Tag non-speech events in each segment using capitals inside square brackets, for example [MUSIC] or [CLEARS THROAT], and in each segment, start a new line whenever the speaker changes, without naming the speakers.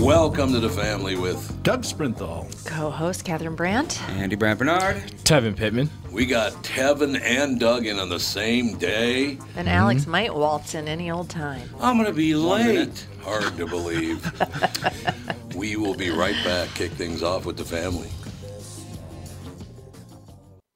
Welcome to the family with
Doug Sprinthal.
Co-host Catherine Brandt.
Andy Brad Bernard.
Tevin Pittman.
we got Tevin and Doug in on the same day.
And
Mm-hmm.
Alex might waltz in any old time.
I'm gonna be late. Hard to [LAUGHS] believe. we will be right back. Kick things off with the family.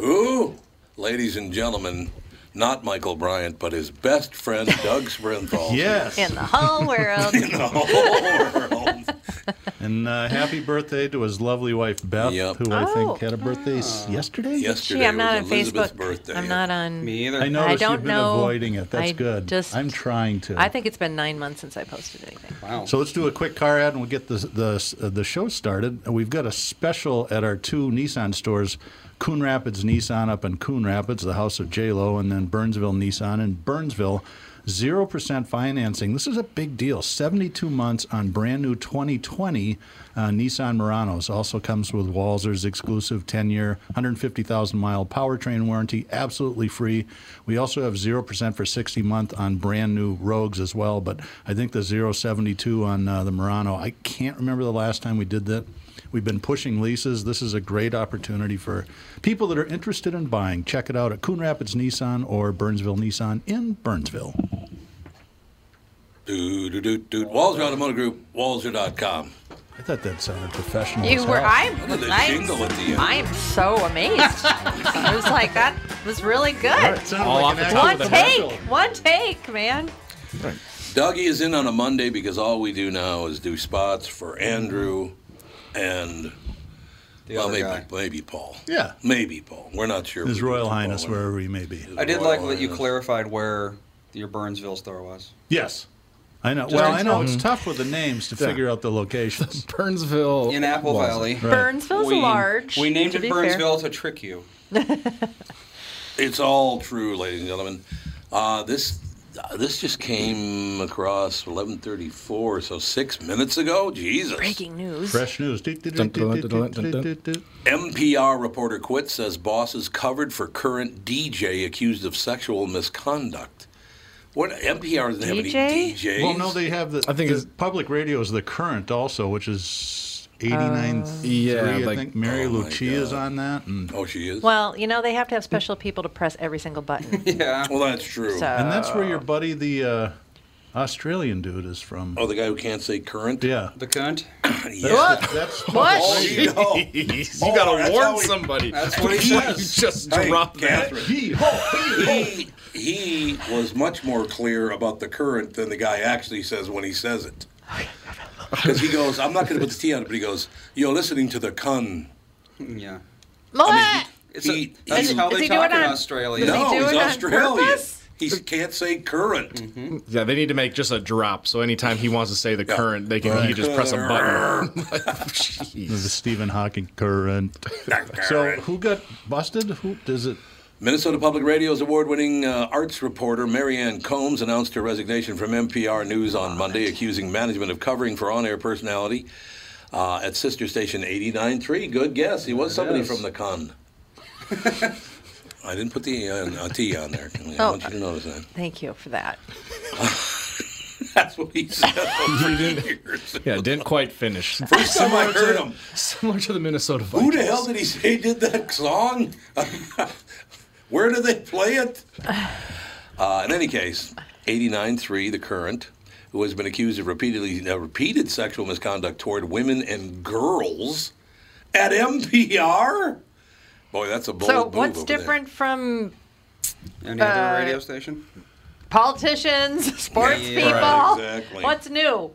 Ooh, ladies and gentlemen, not Michael Bryant, but his best
[LAUGHS]
friend Doug Sprinthal. [LAUGHS]
Yes.
In the
[LAUGHS]
whole world.
And uh, happy birthday to his lovely wife, Beth,
Yep.
who I
Oh.
think had a birthday s- yesterday.
Yesterday
Gee, I'm not on
was Elizabeth's
Facebook.
birthday.
I'm not on.
Me either.
I noticed
don't
you've been
know.
avoiding it. That's
I
good.
just-
I'm trying to.
I think it's been nine months since I posted anything.
Wow.
So let's do a quick car ad and we'll get the the, uh, the show started. And We've got a special at our two Nissan stores, Coon Rapids Nissan up in Coon Rapids, the house of J-Lo, and then Burnsville Nissan in Burnsville. 0% financing. This is a big deal. 72 months on brand new 2020 uh, Nissan Muranos. Also comes with Walzer's exclusive 10 year, 150,000 mile powertrain warranty, absolutely free. We also have 0% for 60 month on brand new Rogues as well, but I think the 072 on uh, the Murano, I can't remember the last time we did that. We've been pushing leases. This is a great opportunity for people that are interested in buying. Check it out at Coon Rapids Nissan or Burnsville Nissan in Burnsville.
Dude, dude, dude, dude. Walzer Automotive Group, Walzer.com.
I thought that sounded professional.
You
as
were.
Oh, hell.
I'm.
Look at the jingle at the
I'm,
end.
I'm so amazed. I was like, that was really
All
good.
right, sounded
All
like
off
an
the
actual
top
One
of the
take. One take, man.
Dougie is in on a Monday because all we do now is do spots for Andrew and
The
well,
other
maybe
guy.
maybe Paul.
Yeah.
Maybe Paul. We're not sure.
His
We-
Royal
Paul
Highness,
and-
wherever he may be.
His
I did
Royal
like that you
Highness.
clarified where your Burnsville
[LAUGHS]
store was.
Yes. I know. Well, I know
Mhm.
it's
Mm-hmm.
tough with the names to figure out the locations.
[LAUGHS] Burnsville.
In Apple Valley.
Right.
Burnsville's
We,
large.
we named
to
it
be
Burnsville to trick you.
[LAUGHS] It's all true, ladies and gentlemen. Uh, this uh, this just came across 11:34, so six minutes ago. Jesus.
Fair. Breaking news.
Fresh news. Do, do, do,
Dun,
do,
dun,
do,
dun,
do,
dun,
do,
dun.
do, do.
NPR reporter quit says boss is covered for current DJ accused of sexual misconduct. What NPR doesn't have any
DJ?
DJs?
Well, no, they have the.
I think
the
it's-
public radio is the current also, which is eighty nine.
yeah,
I
like-
think Mary
Oh my
Lucia is on that, Mm. and,
Oh, she is. Well,
Well, you know they have to have special people to press every single
[LAUGHS]
button.
Yeah.
that's true.
So
and that's where your buddy the uh, Australian dude is from.
Oh, the guy who can't say current.
Yeah.
The cunt.
[CLEARS THROAT] Yeah.
That's
Oh,
what?
you know.
you
Oh, that's
gotta
how
warn
we-
somebody.
That's what he
you
says.
just
Hey,
dropped that.
Catherine.
Yee-haw.
he he was much more clear about the current than the guy actually says when he says it. Because he goes, I'm not going to put the T on it, but he goes, You're listening to the cun.
Yeah.
What?
It's
He-
a, that's
he-
how
Is
they
he
talk
doing
in
on-
Australia.
Does he
No,
do
he's
it on
Australian.
purpose?
He can't say current.
Mm-hmm.
Yeah, they need to make just a drop. So anytime he wants to say the
Yeah.
current, they can he can just press a button.
[LAUGHS]
Jeez.
the Stephen Hawking current. So who got busted? Who does it?
Minnesota Public Radio's award winning uh, arts reporter Marianne Combs announced her resignation from NPR News on Monday, accusing management of covering for on air personality uh, at sister station 89.3. Good guess. He was somebody
is.
from the con. I didn't put the uh, uh, T on there. I
Oh.
want you to notice that. [LAUGHS]
Thank you for that.
That's what he
[LAUGHS]
said over years.
Yeah, didn't quite finish.
First time I heard him.
Similar to the Minnesota
Who
Vikings.
the hell did he say did that song? [LAUGHS] Where do they play it? [SIGHS] Uh, in any case, 89.3, the current, who has been accused of repeatedly uh, repeated sexual misconduct toward women and girls, At MPR? Boy, that's a bold
So,
move
what's
over there.
different from
Any
Uh,
other radio station?
politicians, [LAUGHS] sports
Yeah,
people?
right, exactly.
What's new?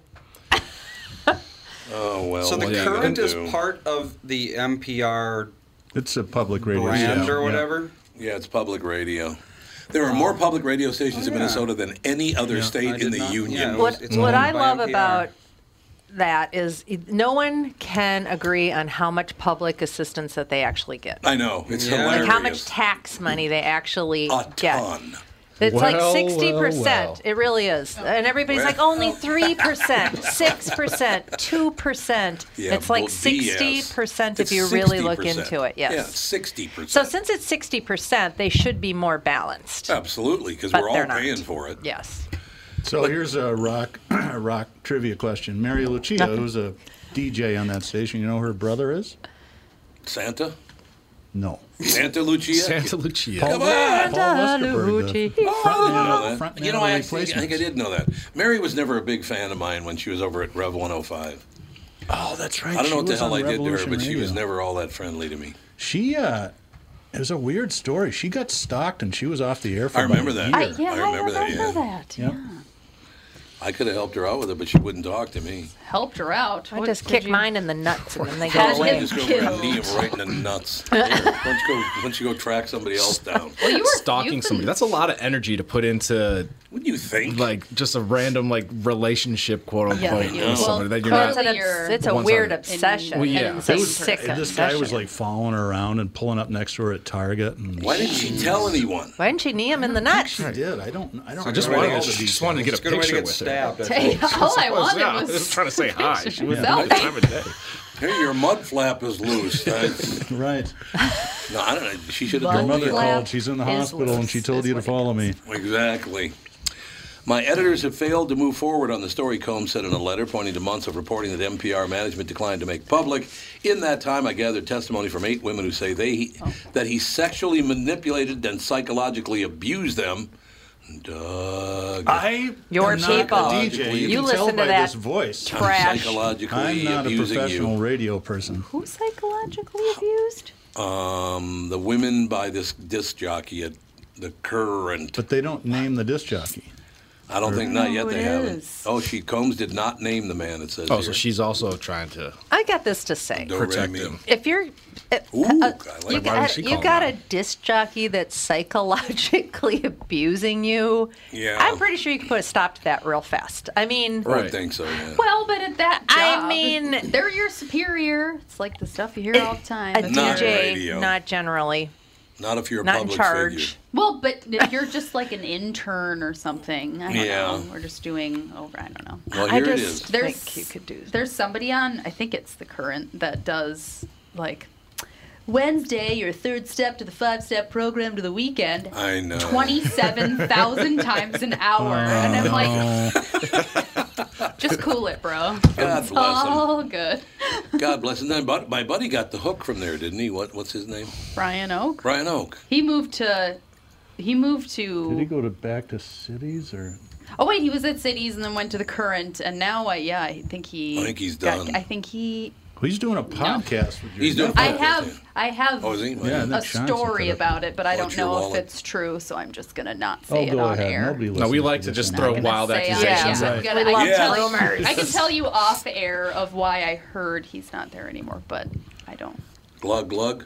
Oh well.
So the
what are you gonna
current is
do?
part of the NPR
It's a public radio
brand
station.
or
yeah.
whatever.
Yeah, it's public radio. There are more public radio stations in
Oh, yeah.
Minnesota than any other
I
state in
did
the
not-
union.
yeah.
What,
it's
what
owned
I
by
love
NPR.
about that is e- no one can agree on how much public assistance that they actually get.
I know. It's
Yeah.
hilarious.
Like how much tax money they actually
a
get.
ton.
It's like
Well,
sixty percent.
well, well.
It really is, and everybody's like only
[LAUGHS]
three percent, six percent, two percent.
Yeah,
It's like
bull- BS.
sixty percent if
It's
you really look
60%.
into it.
Yeah,
Yes.
sixty percent.
so since it's sixty percent, they should be more balanced.
absolutely, because
But
we're all
they're not.
paying for it.
Yes.
So here's a rock [CLEARS THROAT] rock trivia question. Mary Lucia, who's a DJ on that station, you know who her brother is?
Santa,
No.
Santa Lucia.
Santa Lucia.
Come on.
Paul Westerberg, the
Lucia.
Oh, I
man-
didn't know
front
that.
man
You know,
of the
I, actually, I think I
replacements.
did know that. Mary was never a big fan of mine when she was over at Rev 105.
Oh, that's right.
I don't know
She
what the
was
hell
on
I did to her,
Revolution
but she was
Radio.
never all that friendly to me.
She uh it was a weird story. She got stalked and she was off the air for
I
about
remember
a
that.
year.
I,
Sure.
yeah, I remember, that.
yeah.
Yep.
I could have helped her out with it, but she wouldn't talk to me.
Helped her out.
I
What
just
did
kick
you-
mine in the nuts and then they
Had him
go
I
away.
just go over and knee him right in the
[LAUGHS]
nuts. Here, why don't you go, why don't you go track somebody else down?
Well, you were
Stalking
you've been-
somebody. That's a lot of energy to put into
What do you think?
like just a random like relationship, quote unquote,
Yeah, but you-
with
well,
somebody that you're
clearly
not.
It's, an obs-
Your-
it's a
One-sided.
weird
And-
obsession.
Well, yeah.
and it's
It
a
was-
sick
And this guy was
obsession.
like following her around and pulling up next to her at Target and
Why didn't she tell anyone?
Why didn't you knee him in the nuts?
she did. I don't I don't
I just
remember
wanted,
all
to,
the
just wanted to get
It's
a
a good way to
picture
get
with her.
stabbed. I
Hey,
think.
all I
Was,
wanted
yeah, I
was
was trying to say
[LAUGHS]
hi. She was
Selfie.
time of day.
Here, your mud flap
[LAUGHS]
is loose. I-
details. Right.
no, I don't know. She should have
Your
told
mother
me.
flap
called. She's in the
is
hospital and she
worse,
told
is
you to
what it
follow me.
Exactly. My editors have failed to move forward on the story Combs said in a letter pointing to months of reporting that NPR management declined to make public. In that time, I gathered testimony from eight women who say they
Oh.
that he sexually manipulated and psychologically abused them. Doug.
I
Your
am not a
people.
DJ. You,
You
can tell
listen to
by
that
this voice.
I'm
Trash.
psychologically
I'm not a
abusing
professional
you.
radio person.
Who's psychologically abused?
Um, the women by this disc jockey at the current.
But they don't name the disc jockey.
I don't think not yet
No,
they
it
haven't.
is.
Oh, she Combs did not name the man. It says
Oh,
here.
so uh, she's also trying to
I got this to say.
Do, re,
protect
mi.
him.
If you're, uh,
Ooh, I like
you
that.
would
got,
she
you
call
got
that?
a disc jockey that's psychologically [LAUGHS] abusing you.
Yeah.
I'm pretty sure you can put a stop to that real fast. I
I
mean,
would
Right.
think so. Yeah.
Well, but at that
I
job,
mean-
they're your superior. It's like the stuff you hear all the time.
a
That's
Not
your-
DJ,
radio.
not generally,
not if you're a
not in
public
charge.
figure.
Well, but if you're just like an intern or something. I don't
Yeah.
know. We're just doing over. I don't know.
Well,
I
here
just
it is.
There's-
think you could do.
There's somebody on. I think it's the current that does like Wednesday, your third step to the five step program to the weekend.
I know. [LAUGHS]
27,000 times an
Oh,
hour. and I'm like,
Uh,
just cool
[LAUGHS]
it, bro.
God
It's
bless him.
all good.
[LAUGHS] God bless. And then but my buddy got the hook from there, didn't he? What What's his name?
Brian Oak.
Brian Oak.
He moved to. He moved to.
did he go to back to cities or?
Oh wait, he was at Cities and then went to the Current, and now I yeah, I think he.
I think he's
got-
done.
I think he.
He's doing a podcast. With your
He's doing-
I
Oh, okay.
have. I have.
Oh, is he?
Yeah,
Yeah.
no.
A
Nick Johnson put
story
it up.
about it, but I don't
Watch your
know if
wallet.
it's true, so I'm just gonna not
Oh,
say it
go
on
ahead.
air.
Nobody
No, we
listens
like to
this
just
anymore.
throw
Gonna
wild
say on-
accusations
yeah,
at
we
We
gotta- I
love
can tell you-
rumors.
I can tell you off air of why I heard he's not there anymore, but I don't.
Glug glug.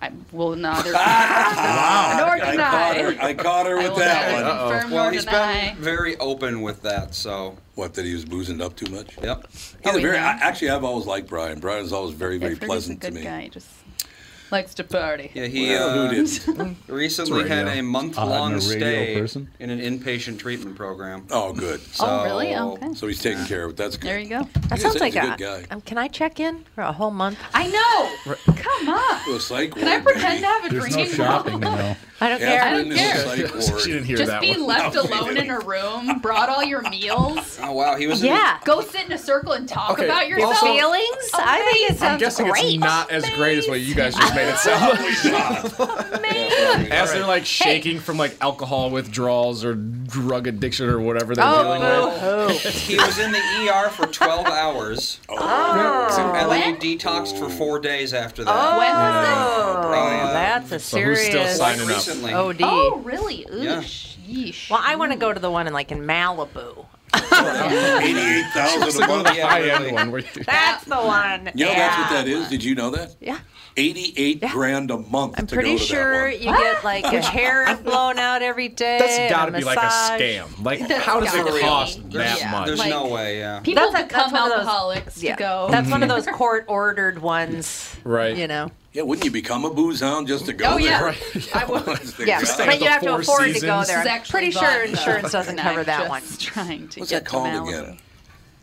I will
[LAUGHS]
neither. wow. Nor
Ah, I caught her.
deny.
I caught her
I
with
will
that
neither
one.
confirm
Well,
nor
he's
deny.
been very open with that, so
What? That he was boozing up too much?
yep.
He's a
we
very. I,
know.
actually, I've always liked Brian. Brian's always very, very
I've heard
pleasant
he's a Oh, good
to me.
guy. He just likes to party.
Yeah, he
Well,
uh,
who didn't?
[LAUGHS] recently
It's radio.
had a
Odd and
month-long
a radio
stay
person.
in an inpatient treatment program.
Oh, good.
Oh, really? Okay.
So he's taken care of. That's good.
There you go.
That
He
sounds
said
like
he's
a.
a good guy.
Um, can I check in for a whole month?
I know. Come on.
To a psych
Can I
ward, baby.
pretend to have a
There's no
drinking
shopping, you
problem? [LAUGHS]
know.
I don't
Yeah,
care.
put him in a
care.
psych ward.
[LAUGHS] She didn't hear
Just
that
be
one.
[LAUGHS]
left alone in a room. Brought all your
[LAUGHS]
meals.
Oh wow, he was
Yeah.
Go sit in a circle and talk
Okay,
about
Your
yourself.
feelings? I think it sounds
I'm guessing
great.
it's not as great as what you guys just made it sound.
Holy God.
[LAUGHS] amazing.
As they're like shaking from like alcohol withdrawals or drug addiction or whatever they're dealing with.
Oh,
[LAUGHS]
boo
He was in the ER for 12 hours.
Oh.
Oh.
And then you E detoxed for four days after that.
When was this?
Uh,
Oh, That's a
But who's
serious
still
Like
signing up?
recently.
OD.
Oh, really? Ooh,
Yeah.
sheesh.
Well, I want to go to the one in like in Malibu.
Eighty-eight thousand a month.
Yeah,
High
really.
end one. where you-
That's the one.
You know that's what
Yeah.
that is. Did you know that?
Yeah.
Eighty-eight grand a month.
I'm
to
pretty
go to
sure
That
you get like
[LAUGHS]
your hair blown out every day.
That's
and
gotta be like a
massage.
scam.
[LAUGHS]
Like, how does
gotta
it
be.
cost that
Yeah.
much?
There's
Like-
no way, yeah.
People
That's a-
become
that's one of those-
alcoholics
Yeah.
to go.
That's one
[LAUGHS]
of those court ordered ones.
Right.
You know.
one. Yeah, wouldn't you become a booze hound just to go
Oh, yeah.
there?
[LAUGHS] I would.
Yeah,
What's
but
the
you have to
Four
afford to go
Seasons.
there.
This is
I'm
actually
pretty sure
vodka.
insurance doesn't
And
cover
I'm
that
just
one.
Trying to get
that
to
called
Malibu.
again?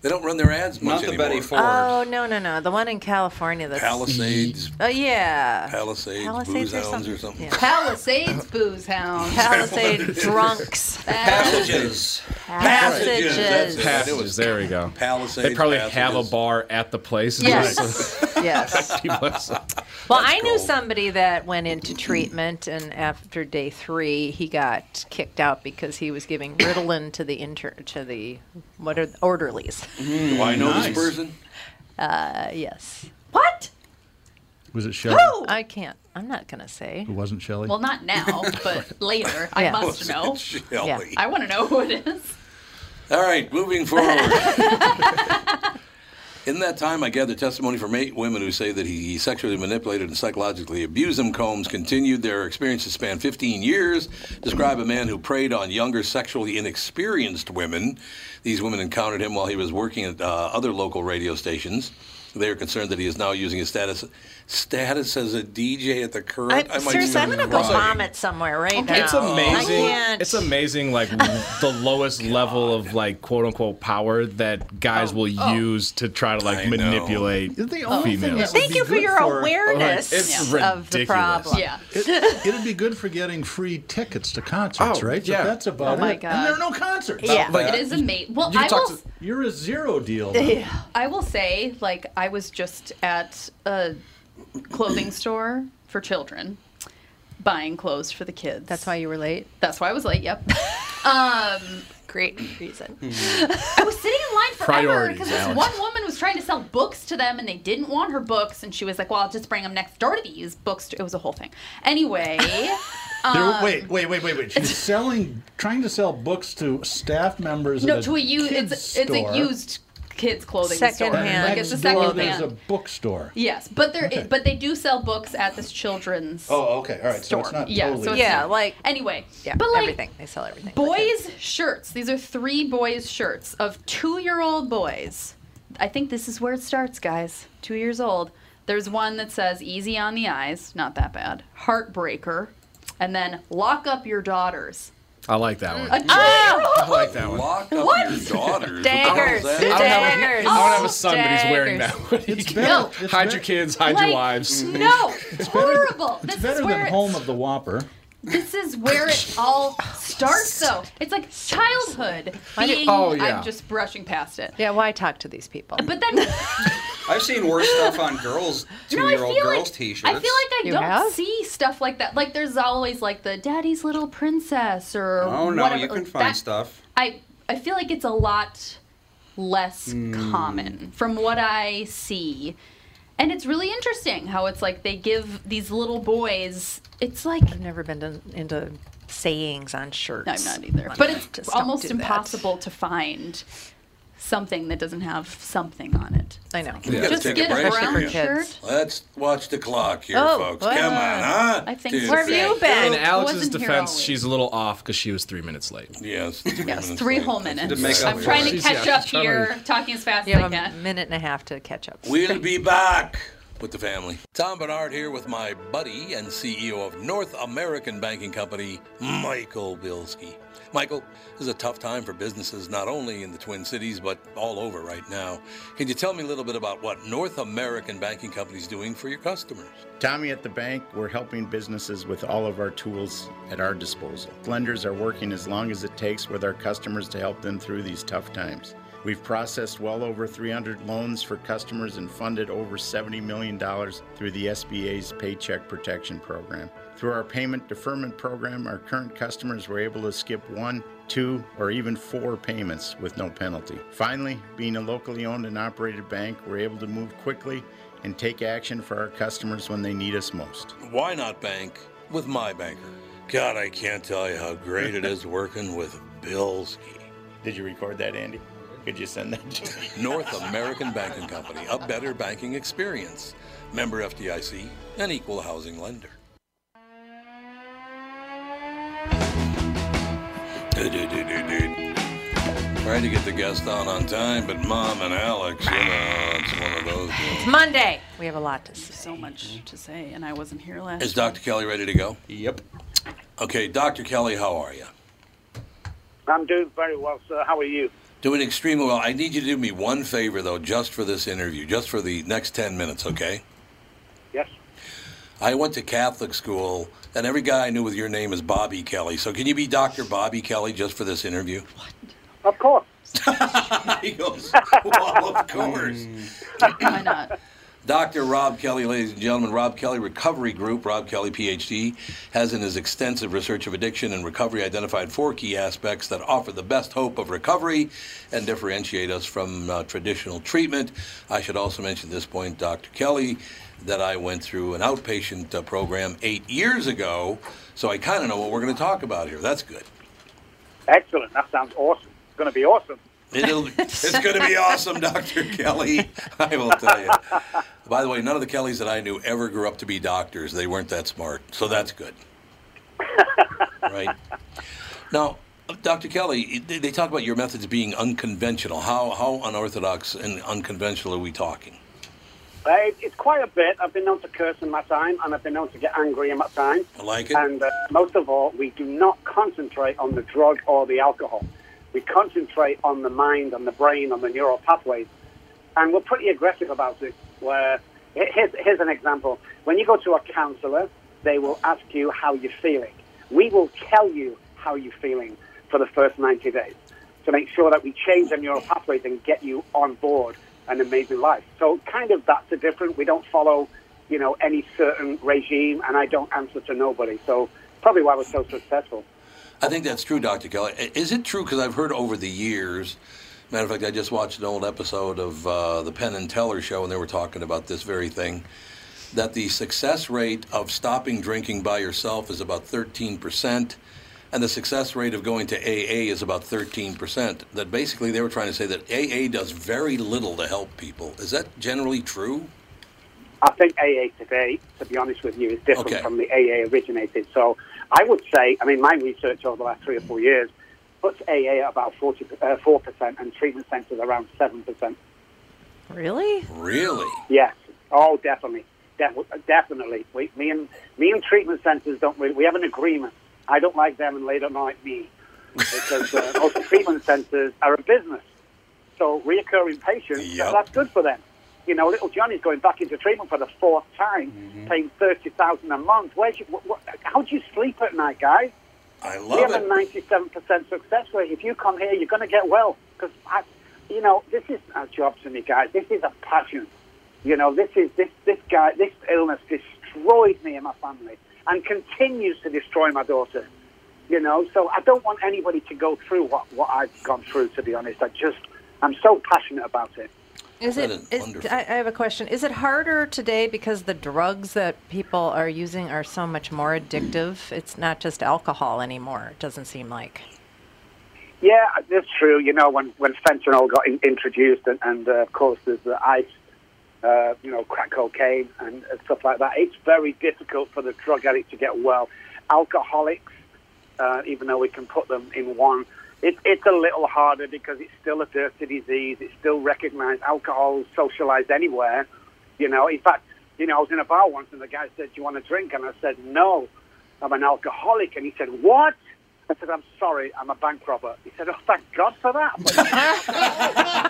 They don't run their ads much
Not the
anymore.
Betty Ford.
Oh no no no! The one in California. That's
Palisades,
Oh yeah.
Palisades,
Palisades
booze
or
hounds or
something.
something.
Yeah.
Palisades booze hound. [LAUGHS]
Palisade drunks.
Passages.
Passages,
Passages.
that's it.
Passages. There we go.
Palisades.
They probably have a
passages.
bar at the place. and just- [LAUGHS]
Yes. [LAUGHS] yes.
people are so-
Well, I knew
cool.
somebody that went into treatment, and after day three, he got kicked out because he was giving Ritalin to the intern to the what are orderlies.
Mm. Do I know
Nice.
this person?
Uh, yes.
What?
Was it Shelley?
I can't. I'm not gonna say.
It wasn't Shelley.
Well, not
[LAUGHS]
now, but later.
Yeah.
I must
[LAUGHS]
know.
Shelley.
I want to know who it is.
All right, moving forward. In that time, I gathered testimony from eight women who say that he sexually manipulated and psychologically abused them. Combs continued their experiences span 15 years. Describe a man who preyed on younger, sexually inexperienced women. These women encountered him while he was working at uh, other local radio stations. They are concerned that he is now using his status status as a DJ at the current.
I,
might
seriously,
start
I'm gonna go
crying.
vomit somewhere right now.
It's
I
amazing.
can't.
It's amazing, like the
[LAUGHS]
lowest level of like quote unquote power that guys
Oh.
will use to try to like
I know.
manipulate
the only thing
females.
that would
Thank
be
you for
good
your
for- oh,
awareness
It's
of the
ridiculous.
problem.
Yeah. [LAUGHS]
It, it'd be good for getting free tickets to concerts,
Oh,
right? But
yeah.
that's about
Oh my
it. And there are
God.
no concerts.
Yeah.
It is amazing. Well,
You
I
talk
will.
to-
You're a zero deal.
I will say, like, I was just at a clothing store for children buying clothes for the kids.
That's why you were late.
That's why I was late.
[LAUGHS]
Yep. Um,
Great reason.
Mm-hmm.
I was sitting in line forever
Priorities,
because this
Alex.
one woman was trying to sell books to them and they didn't want her books. And she was like, well, I'll just bring them next door to these books. To-. It was a whole thing.
[LAUGHS]
Anyway, um,
There- wait, wait, wait, wait, wait. She's selling, trying to sell books to staff members.
no,
at
to a used,
kids
it's, it's a
store.
used kids clothing store.
Secondhand.
Like, it's a
Next door,
second
there's a
hand.
bookstore.
Yes, but there, but they do sell books at this children's.
Oh, okay, all right. So it's
Store.
not
Yeah,
totally.
so it's-
Yeah, like
Anyway,
yeah,
but like
everything they sell everything. for kids.
boys' shirts. These are three boys' shirts of two-year-old boys. I think this is where it starts, guys. Two years old. There's one that says "Easy on the eyes," not that bad. Heartbreaker, and then "Lock up your daughters."
I like that one.
A two-year-old. [LAUGHS]
I like that one.
Lock up your daughters.
Daggers.
What
I
the hell is that?
don't, have a, I
Daggers.
don't have a son, but he's
Daggers.
wearing that one. [LAUGHS]
It's better.
No.
It's
hide
better,
your kids, hide
Like,
your wives.
No, horrible.
It's
This
better
is where
than
it-
Home of the Whopper.
This is where it all starts, though. It's like childhood. Being,
Oh, yeah.
I'm just brushing past it.
Yeah, why talk to these people?
But then
I've seen worse stuff on girls,
No, I
two-year-old
feel
girls'
like,
t-shirts.
I feel like I
You
don't
have?
see stuff like that. Like there's always like the daddy's little princess or
Oh no,
whatever.
you can
Like,
find
that-
stuff.
I I feel like it's a lot less
Hmm.
common from what I see. And it's really interesting how it's like they give these little boys it's like
I've never been to, into sayings on shirts.
No, I'm not either. But it's
Just don't
almost
do that.
impossible to find something that doesn't have something on it.
I know.
gotta
Just
take a
get a,
break
brown
here.
shirt.
Let's watch the clock here,
Oh,
folks.
what?
Come on, huh?
Uh, I think
Dude,
so.
Where have you been?
In Alex's
wasn't here
defense,
always.
she's a little off because she was three minutes late.
[LAUGHS]
Yes, three,
Yes,
minutes
three
late.
whole
That's
minutes.
make up
I'm
exactly
for
trying
it.
to
She's-
catch
yeah,
up
she's trying
here,
to-
talking as fast
You
as I
have a
can.
minute and a half to catch up.
We'll
[LAUGHS]
be back with the family. Tom Bernard here with my buddy and CEO of North American Banking Company, Michael Bilski. Michael, this is a tough time for businesses not only in the Twin Cities but all over right now. Can you tell me a little bit about what North American Banking Company is doing for your customers?
Tommy at the bank, we're helping businesses with all of our tools at our disposal. Lenders are working as long as it takes with our customers to help them through these tough times. We've processed well over 300 loans for customers and funded over $70 million through the SBA's Paycheck Protection Program. Through our payment deferment program, our current customers were able to skip one, two, or even four payments with no penalty. Finally, being a locally owned and operated bank, we're able to move quickly and take action for our customers when they need us most.
Why not bank with my banker? God, I can't tell you how great it is working with Bilski.
[LAUGHS] Did you record that, Andy? Could you send that to me?
[LAUGHS] North American Banking Company, a better banking experience. Member FDIC, an equal housing lender. Trying to get the guest on on time, but Mom and Alex, you know, it's one of those. deals.
It's Monday. We have a lot to say.
So much to say, and I wasn't here last.
Is Dr. Kelly ready to go?
Yep.
Okay, Dr. Kelly, how are you?
I'm doing very well, sir. How are you?
Doing extremely well. I need you to do me one favor, though, just for this interview, just for the next 10 minutes, okay?
Yes.
I went to Catholic school, and every guy I knew with your name is Bobby Kelly. So can you be Dr. Bobby Kelly just for this interview?
Of course.
he goes, well, of course.
Why not?
Dr. Rob Kelly, ladies and gentlemen, Rob Kelly Recovery Group, Rob Kelly, PhD, has in his extensive research of addiction and recovery identified four key aspects that offer the best hope of recovery and differentiate us from uh, traditional treatment. I should also mention at this point, Dr. Kelly, that I went through an outpatient uh, program eight years ago, so I kind of know what we're going to talk about here. That's good.
Excellent. That sounds awesome. It's going to be awesome.
It'll, it's going to be awesome, Dr. Kelly. I will tell you. By the way, none of the Kellys that I knew ever grew up to be doctors. They weren't that smart. So that's good. right? Now, Dr. Kelly, they, they talk about your methods being unconventional. How, how unorthodox and unconventional are we talking?
Uh, it- it's quite a bit. I've been known to curse in my time, and I've been known to get angry in my time.
I like it.
And uh, most of all, we do not concentrate on the drug or the alcohol. We concentrate on the mind, on the brain, on the neural pathways. And we're pretty aggressive about it. Where he- here's, here's an example. When you go to a counselor, they will ask you how you're feeling. We will tell you how you're feeling for the first 90 days to make sure that we change the neural pathways and get you on board an amazing life. So kind of that's the difference. We don't follow, you know, any certain regime, and I don't answer to nobody. So probably why we're so successful.
I think that's true, Dr. Kelly. I- Is it true? Because I've heard over the years. Matter of fact, I just watched an old episode of uh, the Penn and Teller show, and they were talking about this very thing. That the success rate of stopping drinking by yourself is about 13%, and the success rate of going to AA is about 13%. That basically they were trying to say that AA does very little to help people. Is that generally true?
I think AA today, to be honest with you, is different
Okay.
from the AA originated. So I would say, I mean, my research over the last three or four years puts AA at about 40, uh, 4% and treatment centers around 7%.
Really?
Really?
Yes. Oh, definitely, Def- definitely. We, me and me and treatment centres don't. We, we have an agreement. I don't like them, and they don't like me, because uh, most treatment centres are a business. So reoccurring patients, that-
Yep.
that's good for them. You know, little Johnny's going back into treatment for the fourth time,
Mm-hmm.
paying thirty thousand a month. Where's you, wh- wh- how do you sleep at night, guys?
I
we
love
have a
it.
ninety-seven percent success rate. If you come here, you're going to get well. Because you know, this is a job to me, guys. This is a passion. You know, this is this this guy. This illness destroyed me and my family, and continues to destroy my daughter. You know, so I don't want anybody to go through what what I've gone through. To be honest, I just I'm so passionate about it.
Is
That
it?
is
is-
wonderful.
I, I have a question. Is it harder today because the drugs that people are using are so much more addictive? It's not just alcohol anymore. It doesn't seem like.
Yeah, that's true. You know, when when fentanyl got in, introduced, and, and uh, of course there's the ice, uh, you know, crack cocaine and uh, stuff like that. It's very difficult for the drug addict to get well. Alcoholics, uh, even though we can put them in one, it, it's a little harder because it's still a dirty disease. It's still recognised. Alcohol is socialised anywhere. You know, in fact, you know, I was in a bar once and the guy said, "Do you want a drink?" And I said, "No, I'm an alcoholic." And he said, "What?" I said, "I'm sorry, I'm a bank robber." He said, "Oh, thank God for that." But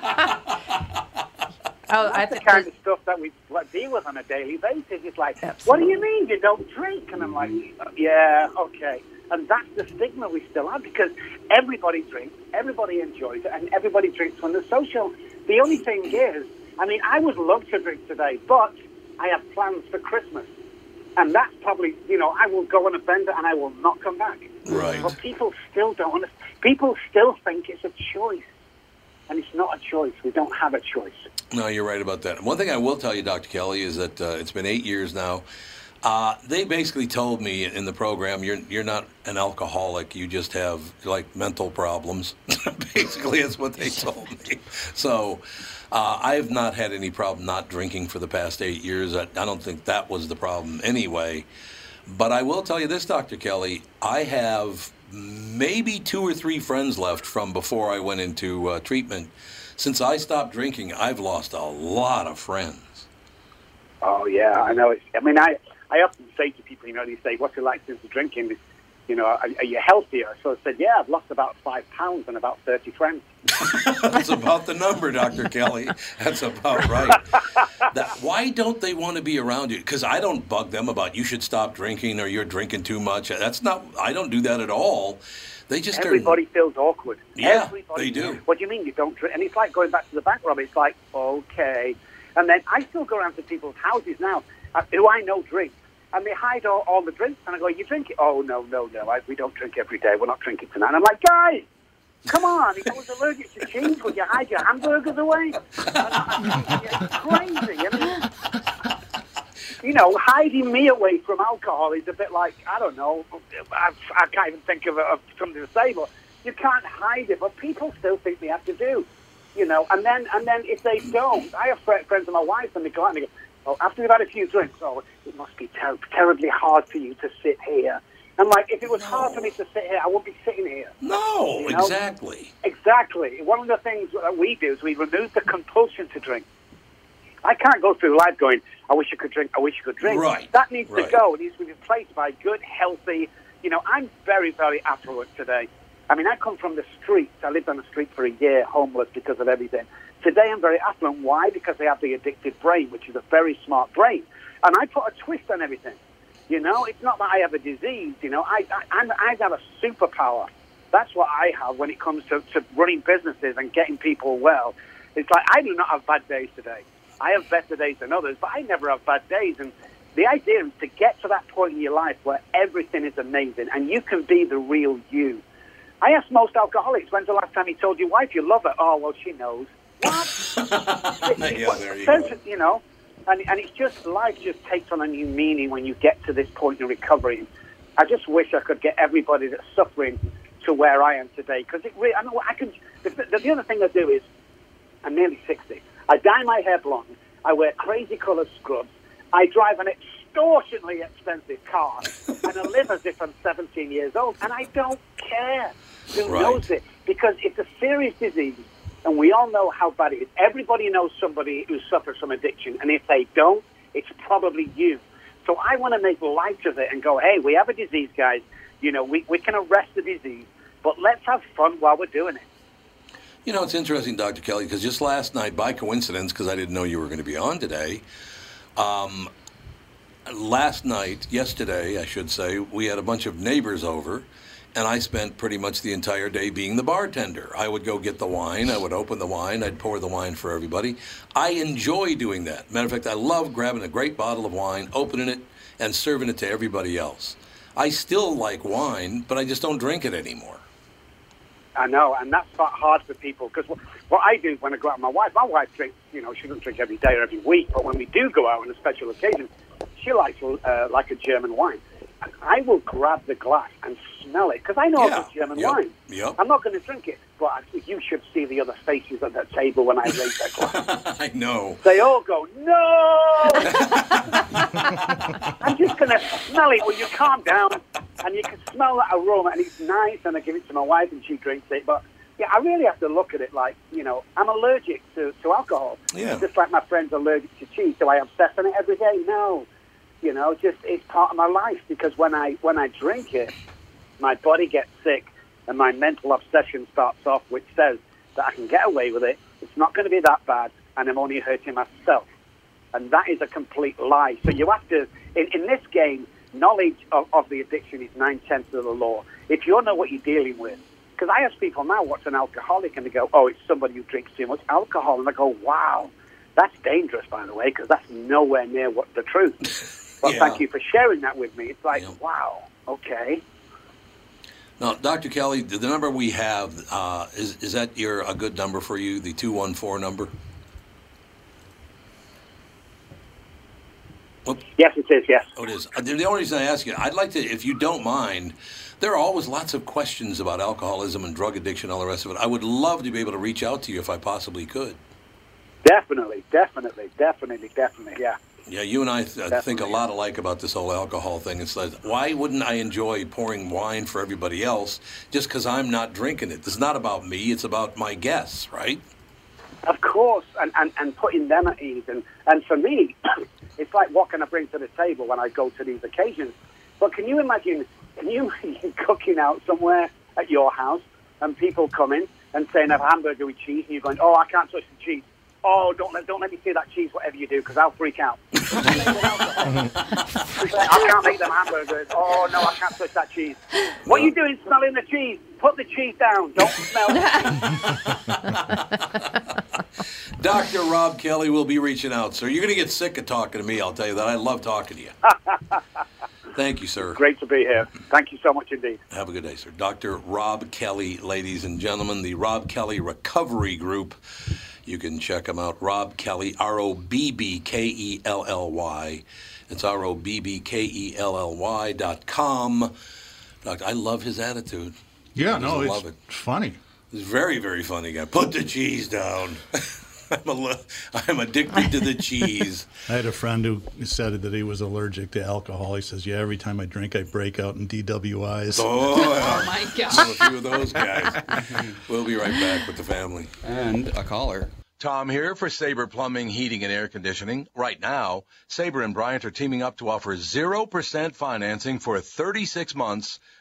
Oh, I
that's the
think
kind of stuff that we like, deal with on a daily basis. It's like, "What do you mean you don't drink?" And I'm like, "Oh, "Yeah, okay." And that's the stigma we still have because everybody drinks, everybody enjoys it, and everybody drinks when they're social. The only thing is, I mean, I would love to drink today, but I have plans for Christmas. And that's probably, you know, I will go on a bender and I will not come back.
Right.
But people still don't want to, people still think it's a choice. And it's not a choice. We don't have a choice.
No, you're right about that. One thing I will tell you, Dr. Kelly, is that uh, it's been eight years now. Uh, they basically told me in the program, you're you're not an alcoholic. You just have like mental problems. [LAUGHS] basically, that's what they told me. So, uh, I have not had any problem not drinking for the past eight years. I, I don't think that was the problem anyway. But I will tell you this, Dr. Kelly, I have maybe two or three friends left from before I went into uh, treatment. Since I stopped drinking, I've lost a lot of friends.
Oh yeah, I know. It's, I mean, I I often say to people, you know, they say, "What's it like since drinking?" You know, are, are you healthier? So I said, "Yeah, I've lost about five pounds and about thirty friends."
That's about the number, Dr. Kelly. That's about right. That, why don't they want to be around you? Because I don't bug them about you should stop drinking or you're drinking too much. That's not, I don't do that at all. They just are-
Everybody feels awkward.
Yeah,
Everybody
they do.
What do you mean you don't drink? And it's like going back to the back, Rob. It's like okay, and then I still go around to people's houses now uh, who I know drink, and they hide all, all the drinks, and I go, "You drink it?" Oh no, no, no. I, we don't drink every day. We're not drinking tonight. And I'm like, guys. Come on, if I was allergic to cheese, would you hide your hamburgers away? And I- I- It's crazy. I mean, you know, hiding me away from alcohol is a bit like I don't know. I, I can't even think of, of something to say, but you can't hide it. But people still think they have to do, you know. And then and then if they don't, I have fri- friends of my wife, and they go out and they go, "Oh, after they've had a few drinks, oh, it must be ter- terribly hard for you to sit here." And like, if it was hard for me to sit here, I wouldn't be sitting here.
No,
You know?
exactly.
Exactly. One of the things that we do is we remove the compulsion to drink. I can't go through life going, I wish I could drink, I wish I could drink.
Right,
That needs
right.
to go. It needs to be replaced by good, healthy. You know, I'm very, very affluent today. I mean, I come from the streets. I lived on the street for a year, homeless because of everything. Today, I'm very affluent. Why? Because they have the addicted brain, which is a very smart brain. And I put a twist on everything. You know, it's not that I have a disease. You know, I, I, I'm, I have a superpower. That's what I have when it comes to, to running businesses and getting people well. It's like I do not have bad days today. I have better days than others, but I never have bad days. And the idea is to get to that point in your life where everything is amazing and you can be the real you. I ask most alcoholics, when's the last time you told your wife you love her? Oh, well, she knows.
[LAUGHS] Yeah, there you
Says,
go.
you know, and, and it's just life just takes on a new meaning when you get to this point in recovery. I just wish I could get everybody that's suffering to where I am today because it really, I mean, I can. The, the, the other thing I do is I'm nearly 60. I dye my hair blonde. I wear crazy coloured scrubs. I drive an extortionately expensive car. and I live as if I'm 17 years old. And I don't care who
Right.
knows it because it's a serious disease. And we all know how bad it is. Everybody knows somebody who suffers from addiction. And if they don't, it's probably you. So I want to make light of it and go, hey, we have a disease, guys. You know, we, we can arrest the disease, but let's have fun while we're doing it.
You know, it's interesting, Dr. Kelly, because just last night, by coincidence, because I didn't know you were going to be on today, um, last night, yesterday, I should say, we had a bunch of neighbors over, and I spent pretty much the entire day being the bartender. I would go get the wine, I would open the wine, I'd pour the wine for everybody. I enjoy doing that. Matter of fact, I love grabbing a great bottle of wine, opening it, and serving it to everybody else. I still like wine, but I just don't drink it anymore. [LAUGHS]
I know, and that's not hard for people because what, what I do when I go out with my wife, my wife drinks, you know, she doesn't drink every day or every week, but when we do go out on a special occasion, she likes uh, like a German wine. And I will grab the glass and smell it because I know
Yeah,
it's German
yep,
wine.
yep.
I'm not going to drink it, but I, you should see the other faces at that table when I raise that glass.
I know.
They all go, no! I'm just going to smell it. Will you calm down? And you can smell that aroma, and it's nice, and I give it to my wife, and she drinks it. But, yeah, I really have to look at it like, you know, I'm allergic to, to alcohol.
Yeah.
Just like my friend's allergic to cheese. Do I obsess on it every day? No. You know, just it's part of my life because when I when I drink it, my body gets sick and my mental obsession starts off, which says that I can get away with it. It's not going to be that bad, and I'm only hurting myself. And that is a complete lie. So you have to, in, in this game, knowledge of, of the addiction is nine tenths of the law. If you know what you're dealing with, because I ask people now, what's an alcoholic? And they go, oh, it's somebody who drinks too much alcohol. And I go, wow, that's dangerous, by the way, because that's nowhere near what the truth. Well,
Yeah.
thank you for sharing that with me. It's like, wow, okay.
Now, Dr. Kelly, the the number we have uh, is is that your a good number for you? The two one four number.
Yes, it is. Yes.
Oh, it is. Uh, The the only reason I ask you, I'd like to, if you don't mind, there are always lots of questions about alcoholism and drug addiction, and all the rest of it. I would love to be able to reach out to you if I possibly could.
Definitely, definitely, definitely, definitely. Yeah.
Yeah, you and I th- I think a lot alike about this whole alcohol thing. It's like, why wouldn't I enjoy pouring wine for everybody else just because I'm not drinking it? It's not about me. It's about my guests, right?
Of course, and, and, and putting them at ease. And, and for me, [COUGHS] it's like what can I bring to the table when I go to these occasions? But can you imagine? Can you [LAUGHS] imagine cooking out somewhere at your house and people coming and saying have a hamburger with cheese, and you're going, "Oh, I can't touch the cheese. Oh, don't let don't let me see that cheese, whatever you do, because I'll freak out. [LAUGHS] I can't make them hamburgers. Oh no, I can't touch that cheese. What are you doing, smelling the cheese? Put the cheese down. Don't smell.
Dr. Rob Kelly will be reaching out, sir. You're going to get sick of talking to me, I'll tell you that. I love talking to you. Thank you, sir.
Great to be here. Thank you so much indeed.
Have a good day, sir. Dr. Rob Kelly, ladies and gentlemen, the Rob Kelly Recovery Group. You can check them out. Rob Kelly, R O B B K E L L Y. It's R O B B K E L L Y dot com. Doc, I love his attitude.
Yeah,
I
no,
just
it's
love it.
funny.
He's a very, very funny guy. Put the cheese down. [LAUGHS] I'm, a, li- I'm addicted
[LAUGHS]
to the cheese.
I had a friend who said that he was allergic to alcohol. He says, "Yeah, every time I drink, I break out in DWIs."
[LAUGHS]
Oh, yeah.
Oh my
Know a
gosh.
few of those guys. [LAUGHS] we'll be right back with the family.
And a caller.
Tom here for Sabre Plumbing, Heating, and Air Conditioning. Right now, Sabre and Bryant are teaming up to offer 0% financing for 36 months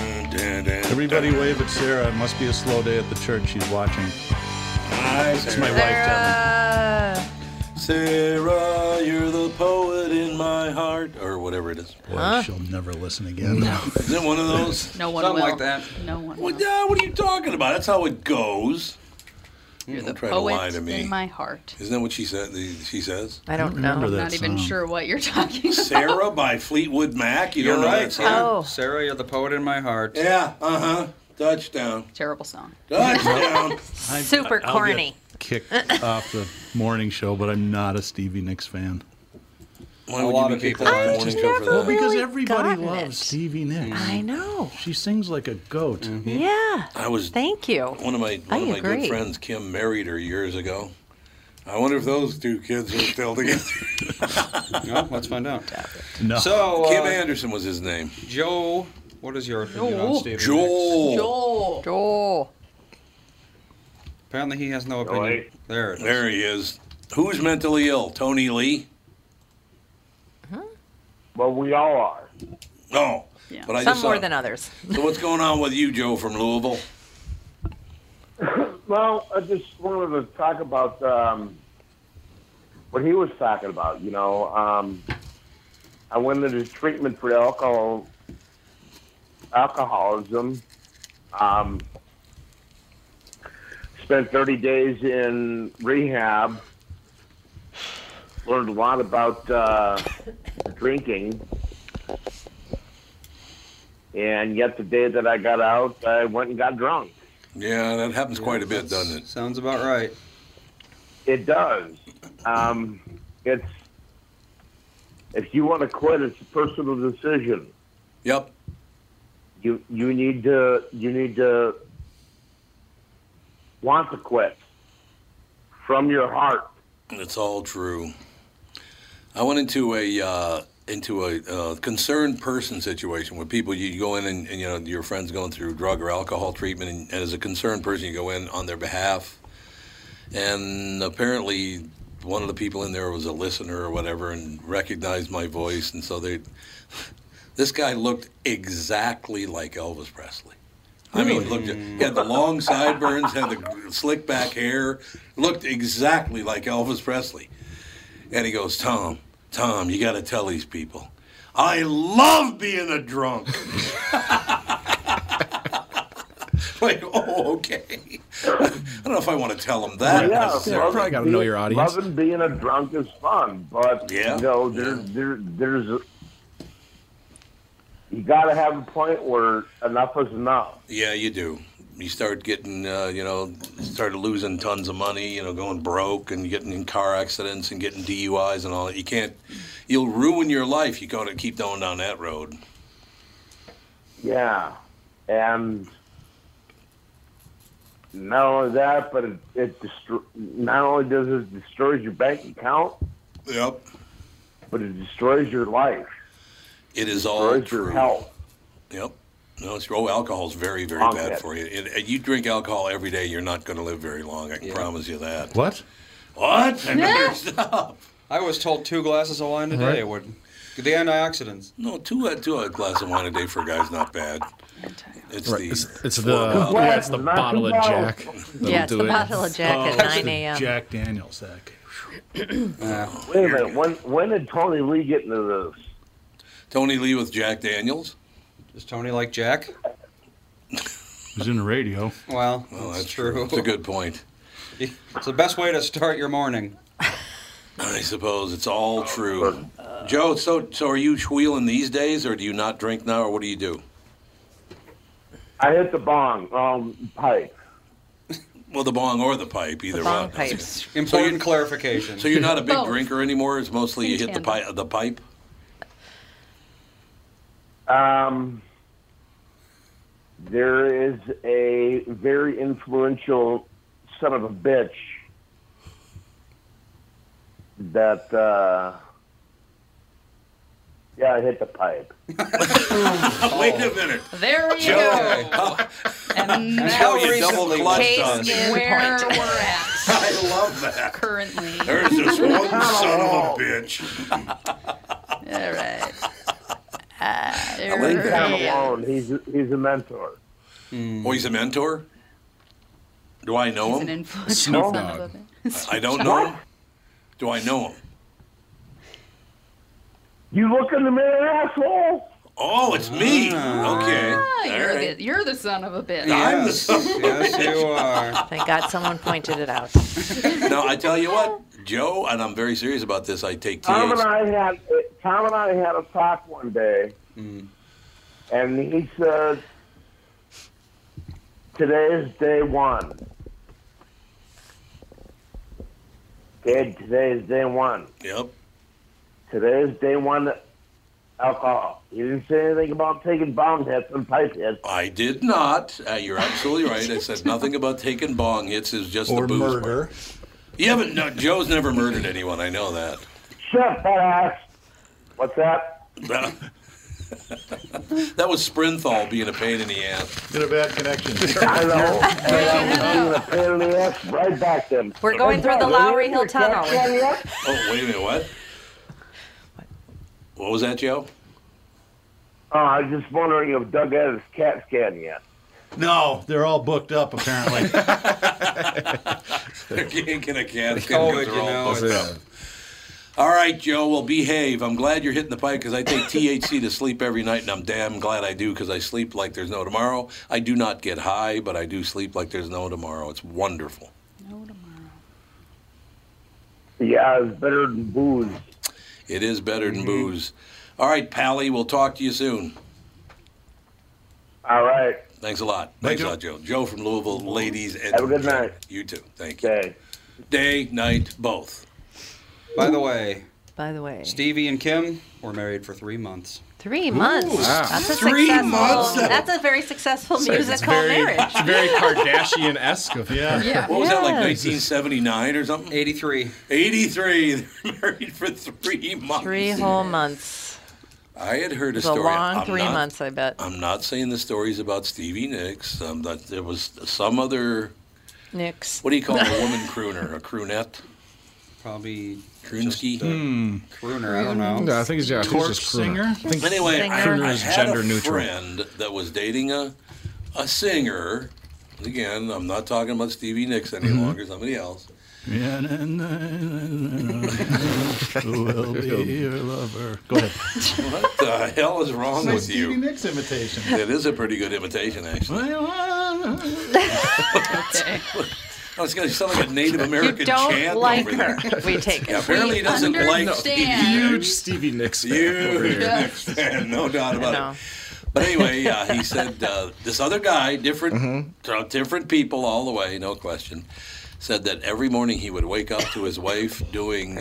Everybody wave at Sarah. It must be a slow day at the church. She's watching. It's my wife, Devin.
Uh,
Sarah, you're the poet in my heart, or whatever it is.
Boy, she'll never listen again. [LAUGHS]
Is it one of those?
No one
Something
will.
like that.
No one
Well,
will.
yeah, what are you talking about? That's how it goes. You're the try to
Poet
lie to me.
Oh, in my heart.
Isn't that what she said? the- She says.
I don't
Remember
know.
that
Not even
song.
sure what you're talking about.
Sarah by Fleetwood Mac. You
You're
don't know
right,
that song?
Sarah.
Oh.
Sarah, you're the poet in my heart.
Yeah. Uh huh. Touchdown.
Terrible song. [LAUGHS]
Touchdown.
Super
I'll get
corny.
Kicked off the morning show, but I'm not a Stevie Nicks fan.
Why
A
would
lot
you
of
be kicked
people
off the
are.
morning
I've
show for
never
that?
really-
because everybody
gotten
loves
it.
Stevie Nicks.
Mm-hmm.
I know.
She sings like a goat.
Yeah.
I was
Thank you.
Mm-hmm. one of my
I
one of my good
agree.
friends. Kim married her years ago. I wonder if those two kids are still
[LAUGHS]
together.
Well, let's find out.
No.
So,
Kim
uh,
Anderson was his name.
Joe, what is your opinion on
Joel.
Stevie
[LAUGHS]
Nicks?
Joel.
Joel.
Joel.
Apparently, he has no opinion. There it is.
There he is. Who's mentally ill? Tony Lee?
Well, we all are.
No.
Yeah.
But I
Some
just uh,
more
saw-
than others.
So what's going on with you, Joe, from Louisville?
Well, I just wanted to talk about um, what he was talking about. You know, um, I went into treatment for alcohol, alcoholism. Um, spent 30 days in rehab. Learned a lot about uh, drinking. And yet, the day that I got out, I went and got drunk.
Yeah, that happens quite a bit, doesn't it?
Sounds about right.
It does. Um, it's if you want to quit, it's a personal decision.
Yep.
You you need to you need to want to quit from your heart.
It's all true. I went into a uh, into a uh, concerned person situation with people. You go in and, and you know your friends going through drug or alcohol treatment, and, and as a concerned person, you go in on their behalf. And apparently, one of the people in there was a listener or whatever, and recognized my voice, and so they. [LAUGHS] This guy looked exactly like Elvis Presley. I mean, looked he had the long sideburns, had the slick back hair, looked exactly like Elvis Presley. And he goes, Tom, Tom, you got to tell these people, I love being a drunk. [LAUGHS] like, oh, okay. [LAUGHS] I don't know if I want to tell them that.
being- Loving being a drunk is fun, but
Yeah.
you know, there, there, there's a, you got to have a point where enough is enough.
Yeah, you do. You start getting, uh, you know, started losing tons of money, you know, going broke and getting in car accidents and getting DUIs and all that. You can't, you'll ruin your life. You go to keep going down that road.
Yeah, and not only that, but it, it destro- not only does it destroy your bank account.
Yep.
But it destroys your life.
It is all
Destroys your
true.
health.
Yep. No, it's, oh, alcohol's very, very
Wrong
bad
bit.
for you. It, it- you drink alcohol every day, you're not going to live very long. I can promise you that.
What?
What? I
[LAUGHS]
never-
I was told two glasses of wine a
Right.
day would. The antioxidants.
No, two uh, two a glass of wine a day for a guy's not bad. It's the uh,
It's, it's
four
the
bottle.
yeah, it's the bottle of
[LAUGHS]
Jack. that'll
Yeah, it's
do
the
it.
bottle of Jack
Oh,
at 9 a.m.
Oh, Jack Daniels. That
Wait a minute. When when did Tony Lee get into this?
Tony Lee with Jack Daniels.
Does Tony like Jack?
was in the radio.
Well,
Well,
that's,
that's
true.
true. It's a
[LAUGHS]
good point.
It's the best way to start your morning.
I suppose it's
Oh,
all true. Uh, Joe, so so are you wheeling these days, or do you not drink now, or what do you do?
I hit the bong um, pipe.
Well, the bong or the pipe, either
bong
one. [LAUGHS]
pipes. Important clarification.
So you're not a big
[LAUGHS] Both.
drinker anymore. It's mostly you
In
hit the pipe. The pipe.
Um, there is a very influential son of a bitch that, uh, yeah, I hit the pipe.
[LAUGHS] Wait a minute.
There we
Joe.
go. and
That's
that
how
was
you double clutch
case
on it.
where
[LAUGHS]
Point.
we're at
I love that.
currently.
There's this one son of a bitch.
All
[LAUGHS]
right. Uh,
I leave
there
him
we go.
alone. He's, he's a mentor.
Oh, he's a mentor. Do I know
He's
him?
an influential
Snoop
son of a bitch.
I don't know him. Do I know him?
You look in the mirror, asshole.
Oh, it's me. Okay.
Ah,
All
you're,
right.
the, you're the son of a bitch.
I'm the son of a bitch.
Thank God someone pointed it out.
No, I tell you what, Joe, and I'm very serious about this. I take
Tom and
THC.
I had Tom and I had a talk one day, and he said, "Today is day one. Okay, today is day one.
Yep.
Today is day one. Alcohol. He didn't say anything about taking bomb hits and pipe hits.
I did not. Uh, you're absolutely right. I said nothing about taking bong hits. Is just the
or
booze.
murder.
Yeah, but no, Joe's never murdered anyone. I know that.
Shut that ass. What's
[LAUGHS]
that?
[LAUGHS] that was Sprinthal being a pain in the ass.
Get a bad
[LAUGHS]
connection.
I know. And I'm gonna pain in the ass right back then.
We're going through the Lowry Hill Tunnel.
Oh, wait a minute. What? What was that, [LAUGHS] Joe?
Oh, I was just wondering if Doug had his CAT scan yet.
No, they're all booked up apparently.
They're getting a cat.
COVID,
they're
you
all
know,
fucked
it's-
up. All right, Joe. Well, behave. I'm glad you're hitting the pipe because I take THC to sleep every night, and I'm damn glad I do because I sleep like there's no tomorrow. I do not get high, but I do sleep like there's no tomorrow. It's wonderful.
Yeah, it's better than booze. Mm-hmm.
It is better than booze. All right, Pally. We'll talk to you soon.
All right. Mm-hmm.
Thanks a lot. Thanks a lot, Joe. Joe from Louisville, ladies and
Have a good night.
You too. Thank you. Day, night, both.
By the way,
By the way,
Stevie and Kim were married for three months.
three months.
wow.
That's a
Three
successful.
months?
That's a very successful
It's
musical
very,
marriage.
It's very Kardashian esque of her.
What was that like, 1979 or something?
83.
[LAUGHS] 83. They were married for three months.
Three whole months.
I had heard a
It's a
story.
long
I'm
three
not-
months, I bet.
I'm not saying the stories about Stevie Nicks. Um, that there was some other.
Nix.
What do you call a woman crooner? A croonette?
Probably
croonski.
Crooner, I don't know.
No, I think it's- Hmm. yeah, I think it's just Torch crooner. singer? I think
anyway,
crooner
I, I
is
had
gender
a
neutral.
friend that was dating a a singer. Again, I'm not talking about Stevie Nicks any
Mm-hmm.
Mhm.
longer. Somebody else.
[LAUGHS] Yeah, na- na- na- na- will [LAUGHS] be your lover. Go ahead.
What the hell is wrong
Nice
with
Stevie
you?
Nicks imitation.
It is a pretty good imitation, actually. [LAUGHS] I was going to sound like a Native American
don't
chant
like
over there.
her. We take it.
Yeah, apparently he
We
doesn't like Stevie.
understand.
Huge Stevie Nicks. fan over
Huge
here.
Knicks fan, no doubt about it. But anyway, yeah, he said uh, this other guy, different,
Mm-hmm.
uh, different people all the way, no question. Said that every morning he would wake up to his wife doing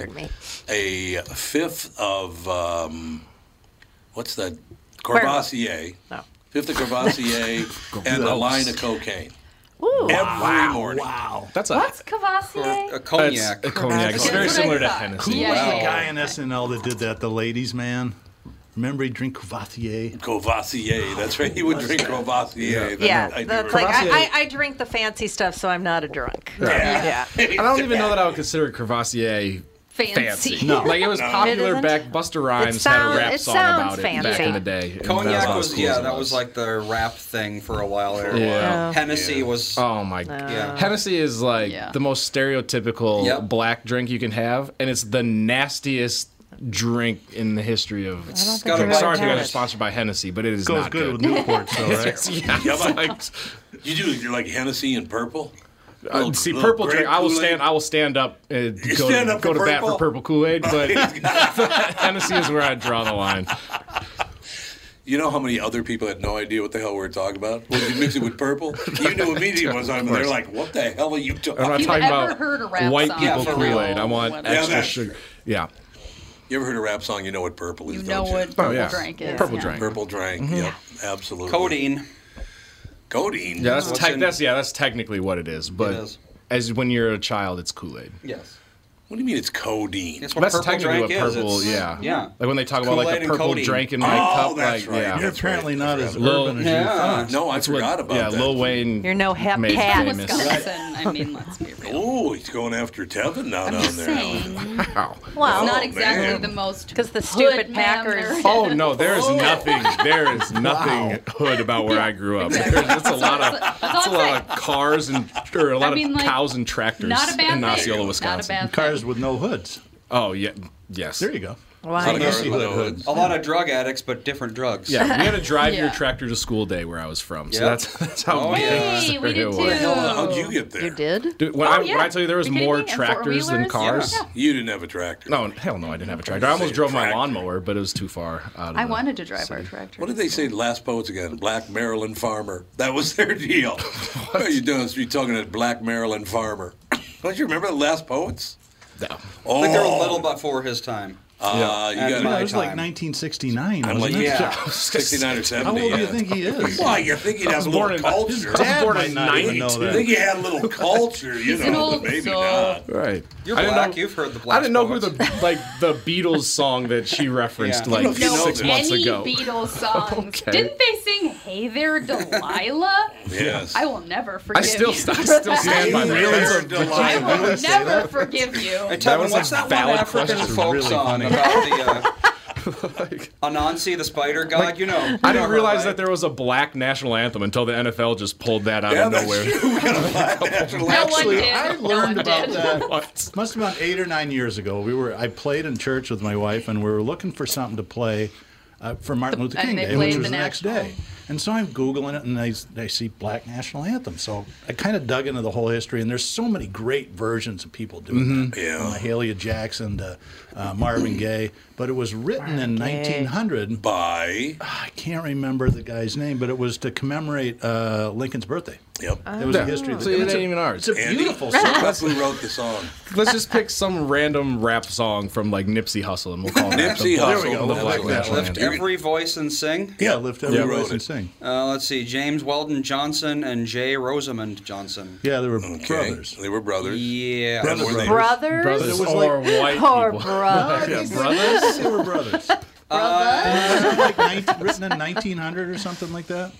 a fifth of um, what's that Courvoisier, fifth
[LAUGHS]
of Courvoisier, and a
Gross.
line of cocaine
Ooh.
every morning. Wow,
that's
What's
uh,
Cavassier?
cognac.
It's a cognac. It's
That's
very
what I
similar to
thought.
Hennessy.
Who
Yeah,
was
yeah,
the
yeah.
guy in SNL that did that? The ladies, man. Remember he drink Cuvatier?
Courvoisier. That's right. He would drink Courvoisier. That-
Yeah,
I do
that's like
remember.
I, I, I drink the fancy stuff, so I'm not a drunk.
Yeah.
Yeah.
I don't even know that I would consider Crevassier
Fancy.
fancy.
No.
[LAUGHS] Like it was
No.
popular
It
back. Buster Rhymes had
sound-
a rap
it
song about
sounds
it back
fancy.
in the day. and that
Cognac
about as
was,
cool
yeah,
as it
that was like the rap thing for a while there.
Yeah.
Hennessy was.
Oh my god.
Yeah.
Hennessy is like
Yeah.
the most stereotypical
Yep.
black drink you can have, and it's the nastiest drink in the history of.
don't think
drinks.
I've ever
Sorry if you
had
guys are
it.
sponsored by Hennessy, but it is
Goes
not
good
good.
with
[LAUGHS]
Newport, so, right?
[LAUGHS]
It's- yeah,
Yeah,
it's
but-
like-
You do. You're like Hennessy and purple.
Uh,
Little-
see,
little
purple
grape
drink. I will
Kool-Aid.
stand. I will stand up. And
You
go
stand
to,
up
go
for
to bat for
purple?
purple Kool Aid, but Hennessy is where I draw the line.
You know how many other people had no idea what the hell we were talking about? When you mix it
[LAUGHS]
with purple, you knew immediately what I was talking about. They're
course.
like, "What the hell are you talking?"
I'm not talking about
heard a rap
white
song
people
for
Kool Aid.
real?
I want
Whatever.
extra
Yeah, that-
sugar. Yeah. Oh,
You ever heard a rap song? You know what purple is,
You know
don't you?
what purple drink is.
Purple
yeah.
drink.
Purple drank.
Mhm.
Yep, absolutely.
Codeine.
Codeine.
Yeah, that's
What's
tec-
in-
that's yeah, that's technically what it is. But
is.
as when you're a child, it's Kool Aid.
Yes.
What do you mean it's codeine?
It's
That's technically what purple.
It's-
yeah.
Yeah.
Like when they talk about like
Kool-Aid
the
and
purple
codeine.
drink in
Oh,
my cup.
that's
like,
right.
Yeah.
You're apparently
not as
Lil-
urban as you thought.
No, I
That's
forgot
what-
about
yeah,
that.
Lil Wayne.
You're no hep
Made
pat.
famous.
Wisconsin. I mean, let's be real.
Oh, he's going after Tevin now
I'm
down
just
there.
saying.
Wow.
Well,
Oh,
not exactly
man.
the most.
Because the stupid Packers-
Oh no, there is nothing. There is nothing hood about where I grew up. There's That's a lot of that's, a lot of cars and or a lot
I mean,
of
like,
cows and tractors
not a bad
in
thing. Not
Osceola,
a
Wisconsin.
bad
Cars with no hoods.
Oh yeah, yes. There
you go.
A lot, of,
[LAUGHS]
a lot of drug addicts, but different drugs.
Yeah, we had
[LAUGHS]
to drive your
Yeah.
tractor to school day where I was from. So
Yep.
that's [LAUGHS] that's how
Oh,
big
yeah.
the
Hey, we
area
did
was.
too. How'd you
get there?
You did?
Dude, when,
Oh,
I,
yeah.
when I tell you there was
Are you
more
kidding me? And
tractors than
four-wheelers?
cars.
Yeah. You didn't have a tractor.
No, hell no, I didn't have a tractor. I almost drove my lawnmower, but it was too far out of
[LAUGHS] I
the-
wanted to drive our tractor.
What did they say last poets again? Black Maryland farmer. That was
[LAUGHS]
their deal. what are you doing? You talking to black Maryland farmer? Don't you remember the last poets?
No.
Oh,
I think they're a little before his time.
Uh, you
At
got
Yeah, it was like 1969.
I'm
wasn't
like,
it?
[LAUGHS]
yeah,
[LAUGHS]
69 or 70.
How old
yeah.
do you think he is?
Well, you think he'd
I
have
was
a little
born in-
culture.
his dad I was born might in not even know 92. that.
I think he had a little culture, you
He's an
know,
old
but maybe
soul.
not.
Right.
You're
I didn't
black.
know-
You've heard the black.
I didn't know who the like the Beatles song that she referenced
Yeah.
like
No,
six months
any
ago. [LAUGHS]
Beatles songs.
Okay.
Didn't they sing "Hey There, Delilah"? [LAUGHS]
Yes.
I will never
I
forgive
still, I
you. [LAUGHS]
still stand by
Really?
that.
I
Delilah.
will
Really say
never
that?
forgive
Hey,
you.
That
Tevin,
was a
what's that one
valid
African
question.
folk
Really
song
funny.
about
[LAUGHS]
the uh, Anansi the spider god? you know, you
I
know
didn't
her,
realize
right?
that there was a black national anthem until the NFL just pulled that out
Yeah,
of
that's
nowhere.
Actually,
did.
I
No
learned
one
about
did.
that. Must have been eight or nine years ago. We were I played in church with my wife, and we were looking for something to play. uh, for Martin Luther
And
King
they
Day,
played
which was
the
the next
national.
day. And so I'm Googling it and I, s- I see Black National Anthem. So I kind of dug into the whole history, and there's so many great versions of people doing
Mhm.
that. From Mahalia Jackson to uh, Marvin Gaye. But it was written in
Marvin Gaye.
1900
by.
I can't remember the guy's name, but it was to commemorate uh, Lincoln's birthday.
Yep.
It was a history. of the-
So it
it's a-
ain't even ours.
It's a
Andy?
beautiful
Right.
song.
Wesley wrote the song.
[LAUGHS] Let's just pick some random rap song from like Nipsey Hussle, and we'll call it
Nipsey
the,
Hussle.
The Black
Absolutely.
National
Lift
Anthem.
Every voice and sing.
Yeah, lift every
Yeah. Who
voice
wrote
and
it?
sing.
Uh, let's see, James Weldon Johnson and Jay Rosamond Johnson.
Yeah, they were
brothers. They were brothers.
Yeah.
Brothers.
Were they-
Brothers?
Brothers
It was "Oh,
or
[LAUGHS]
white
Or
people.
brothers.
[LAUGHS] Yeah, brothers.
They were brothers. Uh, [LAUGHS] like 19, written in 1900 or something like that.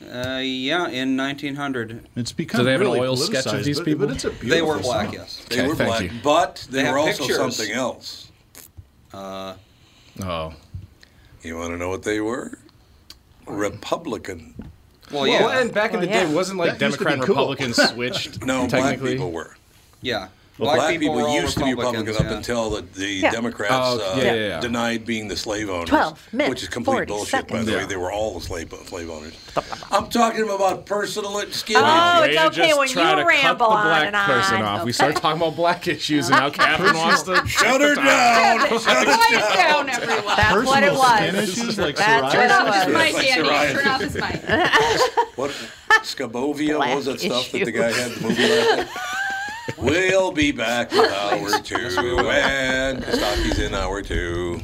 Uh, yeah, in 1900.
It's become
Do they have an
really
oil sketch of
politicized,
these
but,
people?
But it's a
They
beautiful
were black,
song.
yes.
They
Okay,
were
thank
black,
you.
but they,
They
were
have
also
pictures.
something else.
Uh,
Oh,
You want to know what they were? Republican.
well, yeah.
Well, and back in the
Well,
day,
Oh, yeah.
wasn't like
That used to be
Democrat and
cool.
Republican switched?
No, black
technically.
people were.
yeah.
Black, people,
were all
used to be Republican up
yeah.
until the, the
Yeah.
Democrats
Oh,
uh,
yeah, yeah, yeah.
denied being the slave owners,
12 minutes,
which is complete
40
bullshit. By
seconds.
the way,
Yeah.
they were all the slave slave owners. I'm talking about personal excuse.
Oh, it's
Way to
okay
just
when
try
you
to
ramble
cut the
on
black
and on.
person off. We start talking about black issues, and now Catherine wants to
Shut her down. Shut her
Quiet down, everyone.
That's
Personal
what it
skin
was.
issues like
That's
Turn off
what
his
it was.
mic, Andy. Turn off his mic.
What Scabovia what was that
Black
stuff that the
issues.
guy had in the movie last night? We'll be back with hour two. And Kostaki's in hour two.